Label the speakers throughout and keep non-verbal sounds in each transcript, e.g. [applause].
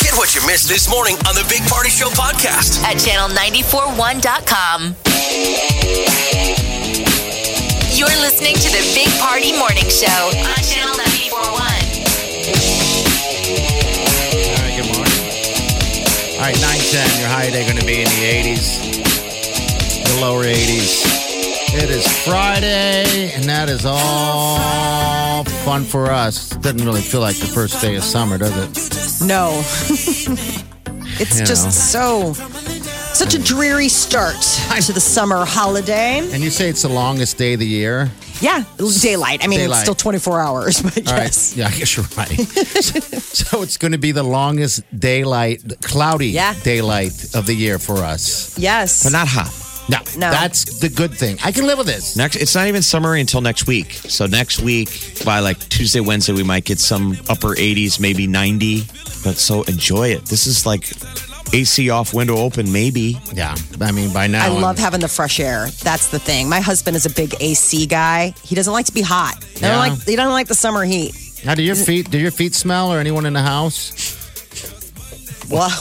Speaker 1: Get what you missed this morning on the Big Party Show podcast.
Speaker 2: at channel941.com. You're listening to the Big Party Morning Show on channel 941.
Speaker 3: All right, good morning. All right, 910, your high day going to be in the 80s, the lower 80s. It is Friday, and that is all fun for us. Doesn't really feel like the first day of summer, does it? [laughs]
Speaker 4: No. it's
Speaker 3: You
Speaker 4: just so such a dreary start to the summer holiday.
Speaker 3: And you say it's the longest day of the year.
Speaker 4: Yeah, daylight. I mean,
Speaker 3: Daylight.
Speaker 4: it's still 24 hours, [laughs] but I
Speaker 3: All right.
Speaker 4: guess.
Speaker 3: Yeah, I guess you're right. [laughs] so it's going to be the longest daylight, cloudy
Speaker 4: Yeah.
Speaker 3: daylight of the year for us.
Speaker 4: Yes.
Speaker 5: But not hot.
Speaker 3: No,
Speaker 4: No.
Speaker 3: that's the good thing. I can live with this.
Speaker 5: Next, it's not even summery until next week. So next week, by like Tuesday, Wednesday, we might get some upper 80s, maybe 90. But so enjoy it. This is like AC off, window open, maybe.
Speaker 3: Yeah, I mean, by now.
Speaker 4: I love
Speaker 3: I'm-
Speaker 4: having the fresh air. That's the thing. My husband is a big AC guy. He doesn't like to be hot. He
Speaker 3: Yeah.
Speaker 4: don't like he doesn't like the summer heat.
Speaker 3: Now, do your feet? Do your feet smell, or anyone in the house?
Speaker 4: What?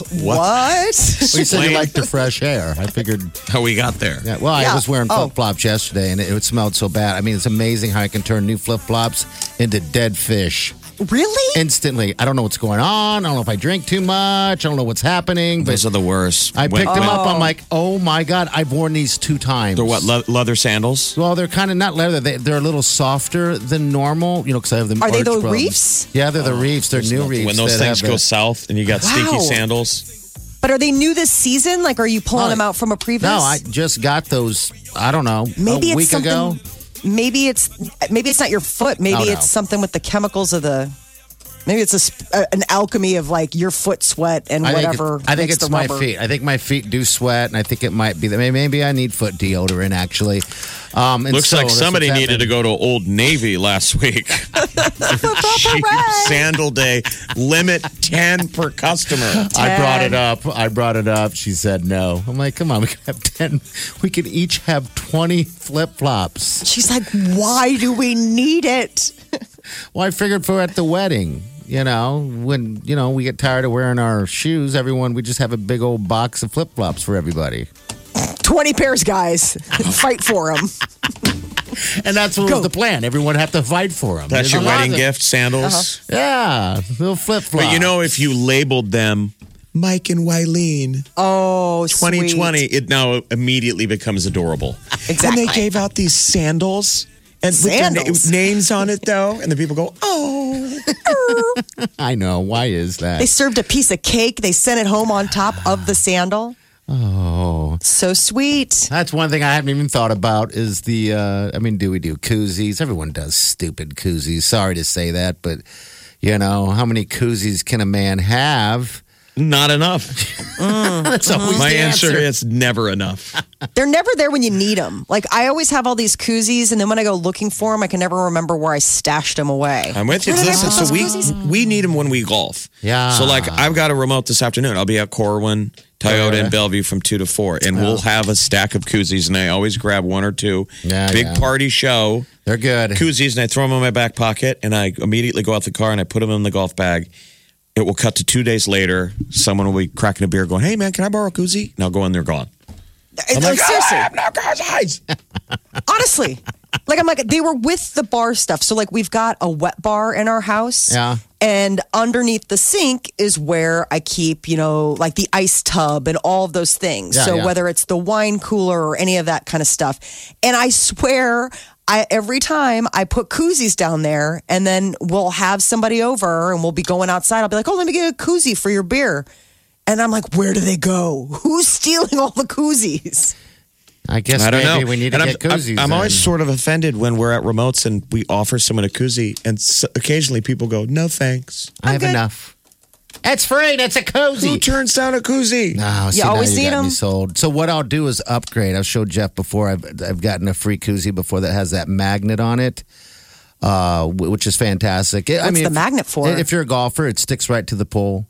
Speaker 3: [laughs]
Speaker 4: What?
Speaker 3: Well, you said you liked the fresh air. I figured.
Speaker 5: How we got there.
Speaker 3: Yeah, well, I
Speaker 4: Yeah.
Speaker 3: was wearing
Speaker 4: Oh.
Speaker 3: flip flops yesterday, and it, it smelled so bad. I mean, it's amazing how I can turn new flip flops into dead fish
Speaker 4: really?
Speaker 3: instantly. I don't know what's going on. I don't know if I drink too much. I don't know what's happening. But
Speaker 5: Those are the worst.
Speaker 3: I
Speaker 5: When-
Speaker 3: picked them
Speaker 5: when-
Speaker 3: up. I'm like, oh my god, I've worn these two times.
Speaker 5: They're what, le- leather sandals?
Speaker 3: Well, they're kind of not leather. They, they're a little softer than normal, you know, because I have them.
Speaker 4: Are they
Speaker 3: arch
Speaker 4: the
Speaker 3: problems.
Speaker 4: reefs?
Speaker 3: Yeah, they're the reefs. They're new reefs.
Speaker 5: When those
Speaker 3: that
Speaker 5: things
Speaker 3: have
Speaker 5: go
Speaker 3: the-
Speaker 5: south and you got
Speaker 4: Wow.
Speaker 5: stinky sandals.
Speaker 4: But are they new this season? Like, are you pulling
Speaker 3: Oh,
Speaker 4: them out from a previous?
Speaker 3: No, I just got those. I don't know.
Speaker 4: maybe
Speaker 3: a
Speaker 4: it's
Speaker 3: week
Speaker 4: something.
Speaker 3: ago.
Speaker 4: Maybe it's maybe it's not your foot. Maybe
Speaker 3: No, no.
Speaker 4: it's something with the chemicals of the. Maybe it's a, sp- uh, an alchemy of like your foot sweat and
Speaker 3: I think,
Speaker 4: whatever.
Speaker 3: it- I think
Speaker 4: makes
Speaker 3: it's
Speaker 4: the
Speaker 3: my
Speaker 4: rubber. [laughs]
Speaker 3: feet. I think my feet do sweat, and I think it might be that maybe, maybe I need foot deodorant actually. Um, and
Speaker 5: Looks
Speaker 3: so
Speaker 5: like
Speaker 3: that's
Speaker 5: somebody
Speaker 3: what's
Speaker 5: needed to
Speaker 3: happened.
Speaker 5: go to Old Navy last
Speaker 3: [laughs]
Speaker 5: week. [laughs] Cheap sandal day limit 10
Speaker 3: [laughs]
Speaker 5: per customer.
Speaker 3: I brought it up. I brought it up. She said no. I'm like, come on, we can have ten. We can each have twenty flip flops.
Speaker 4: She's like, why do we need it?
Speaker 3: Well, I figured for at the wedding. You know, when you know we get tired of wearing our shoes, everyone we just have a big old box of flip flops for everybody,
Speaker 4: Twenty
Speaker 3: [laughs]
Speaker 4: pairs, guys, fight for them.
Speaker 3: and that's what
Speaker 4: Go.
Speaker 3: was the plan. Everyone had to fight for them.
Speaker 5: That's your wedding gift,
Speaker 3: Uh-huh.
Speaker 5: sandals.
Speaker 3: Yeah, little flip flop.
Speaker 5: But you know, if you labeled them Mike and Wileen
Speaker 4: Oh,
Speaker 5: 2020, it now immediately becomes adorable.
Speaker 4: Exactly.
Speaker 5: And they gave out these sandals. And
Speaker 4: Sandals.
Speaker 5: with their na- names on it, though, and the people go, "Oh,
Speaker 3: I know. Why is that?
Speaker 4: They served a piece of cake. They sent it home on top of the sandal.
Speaker 3: oh, [laughs]
Speaker 4: So sweet.
Speaker 3: that's one thing I haven't even thought about is the. Uh, I mean, do we do koozies? Everyone does stupid koozies. Sorry to say that, but you know how many koozies can a man have?
Speaker 5: not enough." [laughs]
Speaker 3: That's always
Speaker 5: My
Speaker 3: the
Speaker 5: answer, is never enough.
Speaker 4: They're never there when you need them. Like I always have all these koozies, and then when I go looking for them, I can never remember where I stashed them away.
Speaker 5: I'm with you. Listen, so we we need them when we golf.
Speaker 3: Yeah.
Speaker 5: So like, I've got a remote this afternoon. I'll be at Corwin, Toyota, and Bellevue from two to four, and we'll have a stack of koozies, and I always grab one or two.
Speaker 3: Yeah,
Speaker 5: Big
Speaker 3: yeah.
Speaker 5: party show.
Speaker 3: They're good.
Speaker 5: koozies and I throw them in my back pocket and I immediately go out the car and I put them in the golf bag. It will cut to two days later. Someone will be cracking a beer going, Hey man, can I borrow a koozie? And I'll go in there gone.
Speaker 4: It's
Speaker 5: I'm
Speaker 4: like,
Speaker 5: like, "Oh,
Speaker 4: seriously,
Speaker 5: I have no
Speaker 4: [laughs]
Speaker 5: koozies.
Speaker 4: honestly. Like I'm like they were with the bar stuff. So like we've got a wet bar in our house.
Speaker 3: Yeah.
Speaker 4: And underneath the sink is where I keep, you know, like the ice tub and all of those things.
Speaker 3: Yeah,
Speaker 4: so
Speaker 3: yeah.
Speaker 4: whether it's the wine cooler or any of that kind of stuff. And I swear I every time I put koozies down there and then we'll have somebody over and we'll be going outside. I'll be like, "Oh, let me get a koozie for your beer." And I'm like, "Where do they go? [laughs] Who's stealing all the koozies?"
Speaker 3: I guess
Speaker 5: I don't
Speaker 3: maybe
Speaker 5: know.
Speaker 3: we need to
Speaker 5: And I'm-
Speaker 3: get koozies.
Speaker 5: I'm, I'm always
Speaker 3: then.
Speaker 5: sort of offended when we're at remotes and we offer someone a koozie and s occasionally people go, No thanks.
Speaker 3: I have
Speaker 4: good.
Speaker 3: enough. It's free. That's a cozy.
Speaker 5: Who turns down a koozie?
Speaker 3: Oh, see,
Speaker 4: You
Speaker 3: now
Speaker 4: always
Speaker 3: you
Speaker 4: need
Speaker 3: got me
Speaker 4: 'em.
Speaker 3: sold. So what I'll do is upgrade. I've showed Jeff before. I've I've gotten a free koozie before that has that magnet on it, uh, wh- which is fantastic. It- I
Speaker 4: What's
Speaker 3: mean,
Speaker 4: the
Speaker 3: if-
Speaker 4: magnet for?
Speaker 3: If you're a golfer, it sticks right to the pole.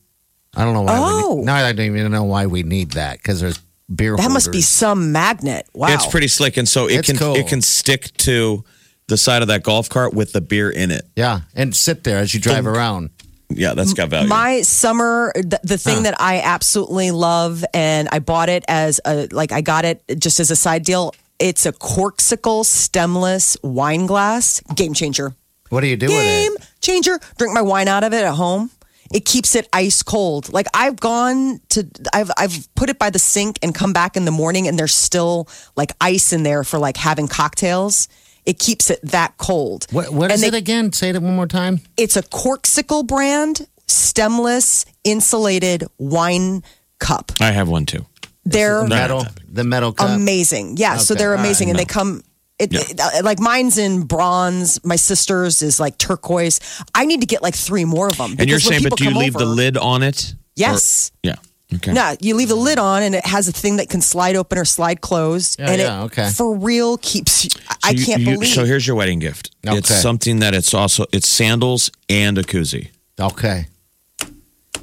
Speaker 3: I don't know why. We
Speaker 4: Oh.
Speaker 3: need, now I don't even know why we need that because there's beer.
Speaker 4: That must be
Speaker 3: holders.
Speaker 4: some magnet. Wow.
Speaker 5: It's pretty slick, and so it
Speaker 3: It's
Speaker 5: can
Speaker 3: cool.
Speaker 5: it can stick to the side of that golf cart with the beer in it.
Speaker 3: yeah, and sit there as you drive around.
Speaker 5: Yeah, that's got value.
Speaker 4: My summer, the, the thing that I absolutely love, and I bought it as a like I got it just as a side deal. It's a corksicle stemless wine glass. Game changer.
Speaker 3: What do you do
Speaker 4: Game
Speaker 3: with it?
Speaker 4: changer. Drink my wine out of it at home. It keeps it ice cold. Like I've gone to, I've I've put it by the sink and come back in the morning, and there's still like ice in there for like having cocktails. It keeps it that cold.
Speaker 3: What, what
Speaker 4: And
Speaker 3: is
Speaker 4: they
Speaker 3: it again? Say it one more time.
Speaker 4: it's a corksicle brand, stemless, insulated wine cup.
Speaker 5: I have one too.
Speaker 4: They're
Speaker 3: Metal, the metal cup.
Speaker 4: amazing. Yeah, so
Speaker 3: Okay,
Speaker 4: they're
Speaker 3: all right.
Speaker 4: amazing, and they come. It, it- like mine's in bronze. My sister's is like turquoise. I need to get like three more of them.
Speaker 5: And you're saying, but do you leave the lid on it?
Speaker 4: Yes.
Speaker 5: Or- yeah. Okay.
Speaker 4: No, you leave the lid on, and it has a thing that can slide open or slide closed,
Speaker 3: Yeah,
Speaker 4: and
Speaker 3: yeah,
Speaker 4: it
Speaker 3: okay.
Speaker 4: for real keeps. I, I
Speaker 5: So you-
Speaker 4: can't
Speaker 5: you-
Speaker 4: believe.
Speaker 5: So here's your wedding gift. It's
Speaker 3: Okay.
Speaker 5: something that it's also it's sandals and a koozie.
Speaker 3: Okay.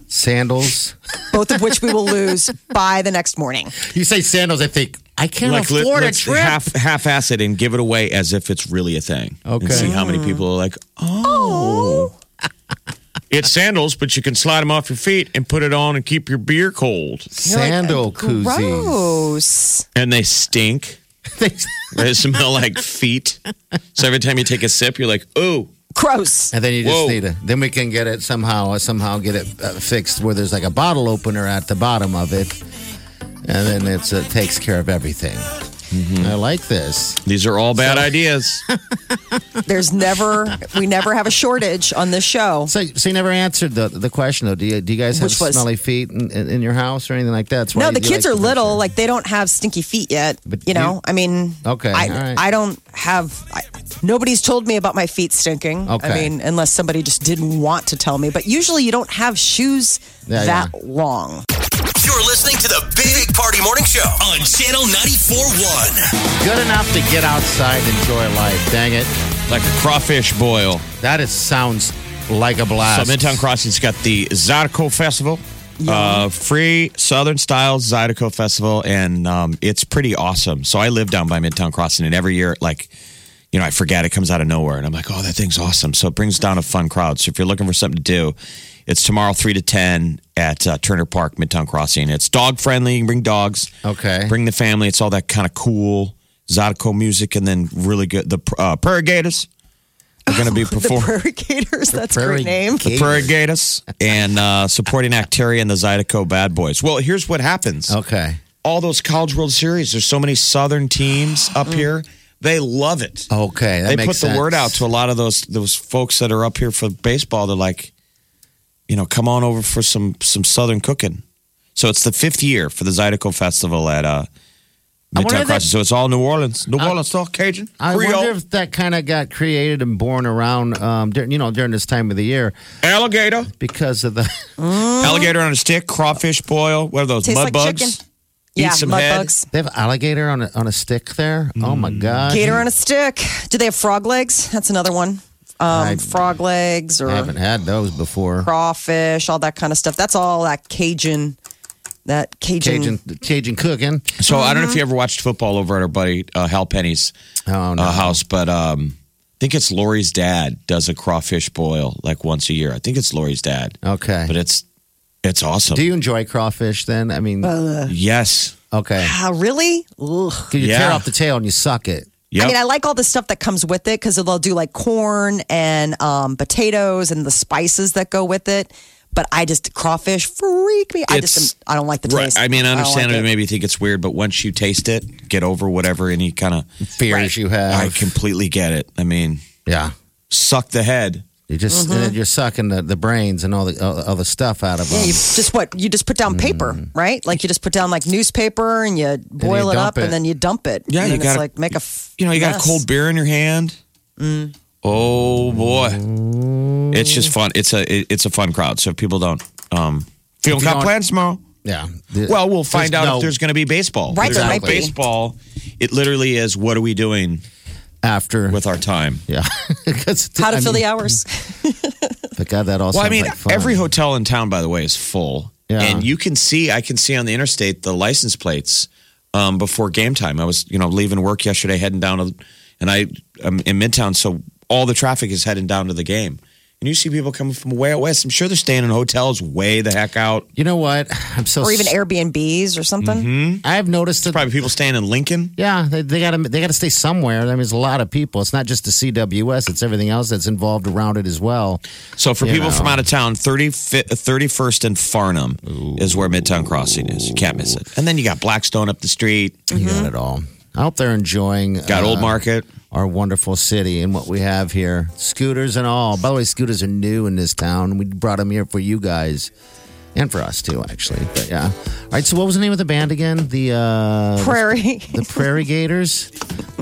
Speaker 3: Sandals.
Speaker 4: both of which we will lose by the next
Speaker 5: [laughs]
Speaker 4: morning.
Speaker 3: You say sandals, I think I can't
Speaker 5: let-
Speaker 3: afford a
Speaker 5: let's
Speaker 3: trip.
Speaker 5: half half ass it and give it away as if it's really a thing. And
Speaker 3: Okay.
Speaker 5: see how many people are like, oh. it's sandals, but you can slide them off your feet and put it on and keep your beer cold.
Speaker 3: Sandal koozies.
Speaker 4: Gross.
Speaker 5: And they stink. They smell like feet. So every time you take a sip, you're like, oh.
Speaker 4: Gross.
Speaker 3: And then you just
Speaker 5: Whoa.
Speaker 3: need it. Then we can get it somehow, somehow get it uh, fixed where there's like a bottle opener at the bottom of it, and then it's uh, takes care of everything. I like this.
Speaker 5: These are all bad ideas.
Speaker 4: There's never we never have a shortage on this show.
Speaker 3: So, so you never answered the the question though. Do you do you guys have
Speaker 4: Which was-
Speaker 3: smelly feet in, in, in your house or anything like that? That's why
Speaker 4: No,
Speaker 3: you-
Speaker 4: the
Speaker 3: you
Speaker 4: kids
Speaker 3: like
Speaker 4: are
Speaker 3: to-
Speaker 4: little. Like they don't have stinky feet yet.
Speaker 3: But
Speaker 4: you know,
Speaker 3: you-
Speaker 4: I mean,
Speaker 3: Okay,
Speaker 4: I,
Speaker 3: all right.
Speaker 4: I don't have. I, nobody's told me about my feet stinking.
Speaker 3: Okay.
Speaker 4: I mean, unless somebody just didn't want to tell me. But usually, you don't have shoes
Speaker 3: Yeah,
Speaker 4: that
Speaker 3: yeah.
Speaker 4: long. [laughs]
Speaker 1: You're listening to the Big Party Morning Show on Channel 94.1.
Speaker 3: Good enough to get outside and enjoy life. Dang it,
Speaker 5: like a crawfish boil.
Speaker 3: that is sounds like a blast.
Speaker 5: So Midtown Crossing's got the Zydeco Festival, uh, free Southern style Zydeco Festival, and um, it's pretty awesome. So I live down by Midtown Crossing, and every year, like, you know, I forget it comes out of nowhere, and I'm like, oh, that thing's awesome. So it brings down a fun crowd. So if you're looking for something to do, it's tomorrow three to ten at uh, Turner Park, Midtown Crossing. It's dog friendly. You can bring dogs.
Speaker 3: Okay.
Speaker 5: Bring the family. It's all that kind of cool Zydeco music, and then really good the uh, Prairie Gators. are going to be
Speaker 4: The
Speaker 5: performing.
Speaker 4: Prairie Gators. That's a
Speaker 3: Prairie
Speaker 4: great name.
Speaker 3: Gators.
Speaker 5: Prairie Gators and uh, supporting Acteria and the Zydeco Bad Boys. Well, here's what happens.
Speaker 3: Okay.
Speaker 5: All those College World Series, there's so many Southern teams
Speaker 3: [gasps]
Speaker 5: up here. They love it.
Speaker 3: Okay. Mm. Oh, That
Speaker 5: they
Speaker 3: makes
Speaker 5: put
Speaker 3: sense.
Speaker 5: the word out to a lot of those those folks that are up here for baseball. They're like, you know, come on over for some some Southern cooking. So it's the fifth year for the Zydeco Festival at uh,
Speaker 3: wonder
Speaker 5: Midtown
Speaker 3: if
Speaker 5: Crossing. So it's all New Orleans, New Orleans, all Cajun,
Speaker 3: I
Speaker 5: Creole,
Speaker 3: wonder if that kind of got created and born around, um, dur- you know, during this time of the year
Speaker 5: alligator,
Speaker 3: because of the. [laughs] Uh-huh.
Speaker 5: alligator on a stick, crawfish boil. What are those
Speaker 4: Tastes
Speaker 5: mud
Speaker 4: like
Speaker 5: bugs?
Speaker 4: chicken. yeah,
Speaker 5: some
Speaker 4: mud
Speaker 5: head.
Speaker 4: bugs.
Speaker 3: They have alligator on a, on a stick there. Oh my
Speaker 5: Mm.
Speaker 3: god!
Speaker 4: Gator on a stick. Do they have frog legs? That's another one.
Speaker 3: I-
Speaker 4: Um, frog legs or
Speaker 3: I haven't had those before.
Speaker 4: crawfish, all that kind of stuff. That's all that Cajun, that Cajun.
Speaker 3: Cajun Cajun cooking.
Speaker 5: So I
Speaker 4: Mm-hmm.
Speaker 5: don't know if you ever watched football over at our buddy uh, Hal Penny's
Speaker 3: Oh no!
Speaker 5: uh, house, but um, I think it's Lori's dad does a crawfish boil like once a year. I think it's Lori's dad,
Speaker 3: okay.
Speaker 5: but it's it's awesome.
Speaker 3: Do you enjoy crawfish? Then I mean,
Speaker 5: yes,
Speaker 3: okay.
Speaker 4: Ah, really? Ugh.
Speaker 3: 'Cause You tear
Speaker 5: Yeah.
Speaker 3: off the tail and you suck it.
Speaker 5: yep.
Speaker 4: I mean, I like all the stuff that comes with it because they'll do like corn and um, potatoes and the spices that go with it. But I just crawfish freak me. I just
Speaker 5: It's-
Speaker 4: am- I don't like the
Speaker 5: Right.
Speaker 4: taste.
Speaker 5: I mean, I
Speaker 4: don't
Speaker 5: understand
Speaker 4: like
Speaker 5: it.
Speaker 4: it.
Speaker 5: Maybe you think it's weird, but once you taste it, get over whatever any kind of
Speaker 3: Fears you have.
Speaker 5: I completely get it. I mean,
Speaker 3: yeah.
Speaker 5: suck the head.
Speaker 3: You just
Speaker 4: Mm-hmm.
Speaker 3: and then you're sucking the, the brains and all the all, all the stuff out of them.
Speaker 4: Yeah, you just what you just put down
Speaker 5: Mm.
Speaker 4: paper, right? Like you just put down like newspaper and you boil it
Speaker 3: dump
Speaker 4: up
Speaker 3: it.
Speaker 4: and then you dump it.
Speaker 5: Yeah,
Speaker 4: and
Speaker 5: you
Speaker 4: then it's
Speaker 5: gotta-
Speaker 4: like make a. f-
Speaker 5: You know, you got a
Speaker 4: mess.
Speaker 5: cold beer in your hand.
Speaker 4: Mm.
Speaker 5: Oh boy, it's just fun. It's a it- it's a fun crowd. So if people don't Um, if you don't
Speaker 3: If you
Speaker 5: got
Speaker 3: don't-
Speaker 5: plans tomorrow,
Speaker 3: Yeah.
Speaker 5: well, we'll find out
Speaker 3: no
Speaker 5: if there's going to be baseball.
Speaker 4: Right,
Speaker 5: There's
Speaker 4: there
Speaker 5: no
Speaker 4: might be.
Speaker 5: baseball. It literally is what are we doing
Speaker 3: after.
Speaker 5: with our time?
Speaker 3: yeah. [laughs] 'Cause,
Speaker 4: How to
Speaker 3: I
Speaker 4: fill
Speaker 3: mean,
Speaker 4: the
Speaker 5: [laughs]
Speaker 4: hours.
Speaker 3: But God, that all
Speaker 5: Well,
Speaker 3: sounds
Speaker 5: I mean,
Speaker 3: like fun.
Speaker 5: every hotel in town, by the way, is full.
Speaker 3: Yeah.
Speaker 5: And you can see, I can see on the interstate the license plates um, before game time. I was, you know, leaving work yesterday, heading down to, and I, I'm in Midtown, so all the traffic is heading down to the game. And you see people coming from way out west. I'm sure they're staying in hotels way the heck out.
Speaker 3: You know what? [laughs] I'm so.
Speaker 4: or even
Speaker 3: s-
Speaker 4: Airbnbs or something.
Speaker 3: I've noticed that.
Speaker 5: Probably people staying in Lincoln.
Speaker 3: Yeah, they, they got to they got to stay somewhere. I mean, there's a lot of people. It's not just the CWS. It's everything else that's involved around it as well.
Speaker 5: So for
Speaker 3: You
Speaker 5: people
Speaker 3: know.
Speaker 5: from out of town, 30, fi- 31st and Farnham is where Midtown Crossing is. You can't miss it. And then you got Blackstone up the street,
Speaker 3: You
Speaker 4: Mm-hmm.
Speaker 3: got it all. I hope they're enjoying.
Speaker 5: got
Speaker 3: uh,
Speaker 5: Old Market.
Speaker 3: our wonderful city and what we have here. Scooters and all. By the way, scooters are new in this town. We brought them here for you guys and for us too, actually. But yeah. All right. So, what was the name of the band again? The
Speaker 5: Mm-hmm.
Speaker 3: uh,
Speaker 4: Prairie.
Speaker 3: the Prairie Gators.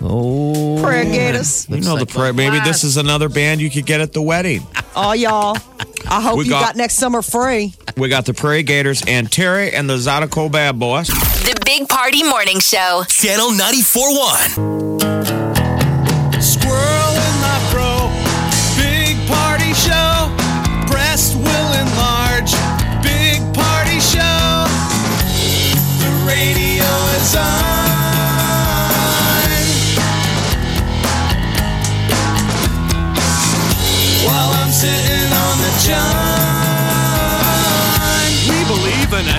Speaker 3: Oh,
Speaker 4: Prairie Gators.
Speaker 5: You know the prayer. Maybe this is another band you could get at the wedding.
Speaker 4: All y'all. I hope
Speaker 5: We
Speaker 4: you
Speaker 5: got-
Speaker 4: got next summer free.
Speaker 5: We got the Prairie Gators and Terry and the Zydeco Bad Boys.
Speaker 2: The Big Party Morning Show.
Speaker 1: Channel 941.
Speaker 6: Squirrel in my fro. Big party show. Breast will enlarge. Big party show. The radio is on. While I'm sitting on the john. We believe in a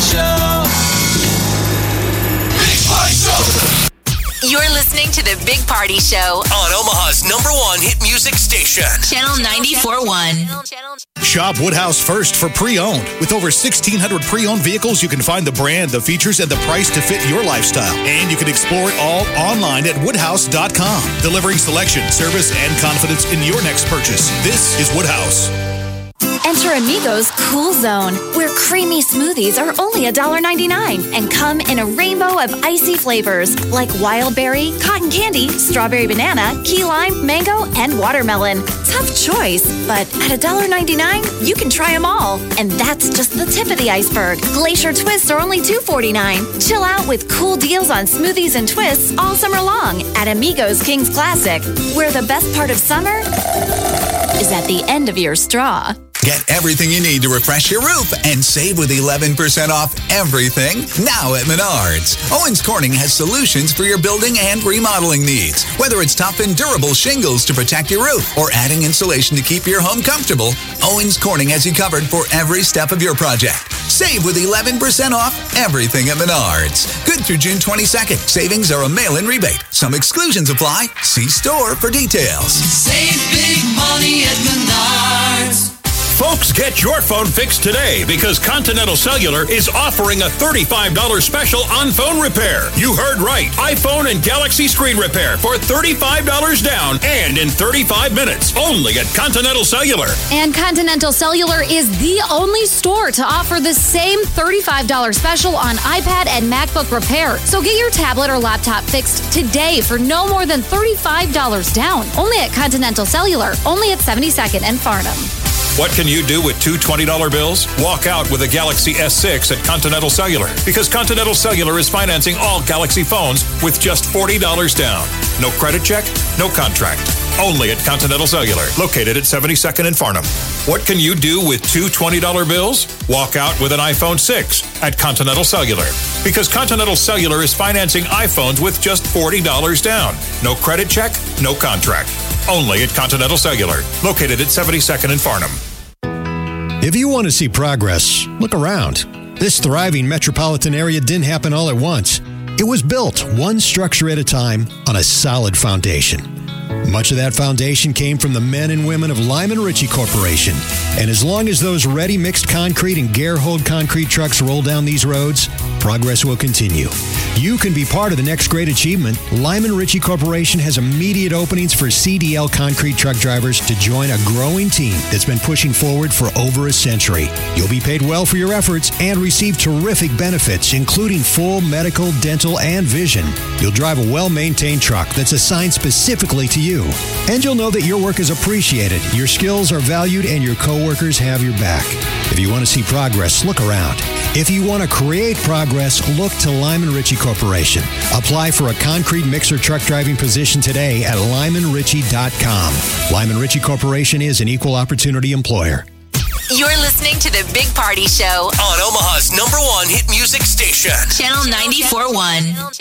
Speaker 6: show. Big party show.
Speaker 2: You're listening to the Big Party Show.
Speaker 1: On Omaha's number one hit music station.
Speaker 2: Channel 94.1.
Speaker 6: Shop Woodhouse first for pre owned. With over 1,600 pre owned vehicles, you can find the brand, the features, and the price to fit your lifestyle. And you can explore it all online at woodhouse.com, delivering selection, service, and confidence in your next purchase. This is Woodhouse.
Speaker 7: Enter Amigo's Cool Zone, where creamy smoothies are only $1.99 and come in a rainbow of icy flavors like wild berry, cotton candy, strawberry banana, key lime, mango, and watermelon. Tough choice, but at $1.99, you can try them all. And that's just the tip of the iceberg. Glacier twists are only $2.49. Chill out with cool deals on smoothies and twists all summer long at Amigo's King's Classic, where the best part of summer is at the end of your straw.
Speaker 8: Get everything you need to refresh your roof and save with 11% off everything now at Menards. Owens Corning has solutions for your building and remodeling needs. Whether it's tough and durable shingles to protect your roof or adding insulation to keep your home comfortable, Owens Corning has you covered for every step of your project. Save with 11% off everything at Menards. Good through June 22nd. Savings are a mail-in rebate. Some exclusions apply. See store for details.
Speaker 6: Save big money at Menards.
Speaker 9: Folks, get your phone fixed today because Continental Cellular is offering a $35 special on phone repair. You heard right. iPhone and Galaxy screen repair for $35 down and in 35 minutes only at Continental Cellular.
Speaker 7: And Continental Cellular is the only store to offer the same $35 special on iPad and MacBook repair. So get your tablet or laptop fixed today for no more than $35 down. Only at Continental Cellular, only at 72nd and Farnham.
Speaker 9: What can you do with two $20 bills? Walk out with a Galaxy S6 at Continental Cellular because Continental Cellular is financing all Galaxy phones with just $40 down. No credit check, no contract. Only at Continental Cellular, located at 72nd and Farnham. What can you do with two $20 bills? Walk out with an iPhone 6 at Continental Cellular because Continental Cellular is financing iPhones with just $40 down. No credit check, no contract. Only at Continental Cellular, located at 72nd and Farnham.
Speaker 6: If you want to see progress, look around. This thriving metropolitan area didn't happen all at once. It was built one structure at a time on a solid foundation. Much of that foundation came from the men and women of Lyman Ritchie Corporation. And as long as those ready mixed concrete and Gerhold concrete trucks roll down these roads,
Speaker 9: Progress will continue. You can be part of the next great achievement. Lyman Ritchie Corporation has immediate openings for CDL concrete truck drivers to join a growing team that's been pushing forward for over a century. You'll be paid well for your efforts and receive terrific benefits, including full medical, dental, and vision. You'll drive a well maintained truck that's assigned specifically to you. And you'll know that your work is appreciated, your skills are valued, and your coworkers have your back. If you want to see progress, look around. If you want to create progress, look to Lyman Ritchie Corporation. Apply for a concrete mixer truck driving position today at lymanritchie.com. Lyman Ritchie Corporation is an equal opportunity employer.
Speaker 2: You're listening to the Big Party Show
Speaker 6: on Omaha's number one hit music station.
Speaker 2: Channel 94.1.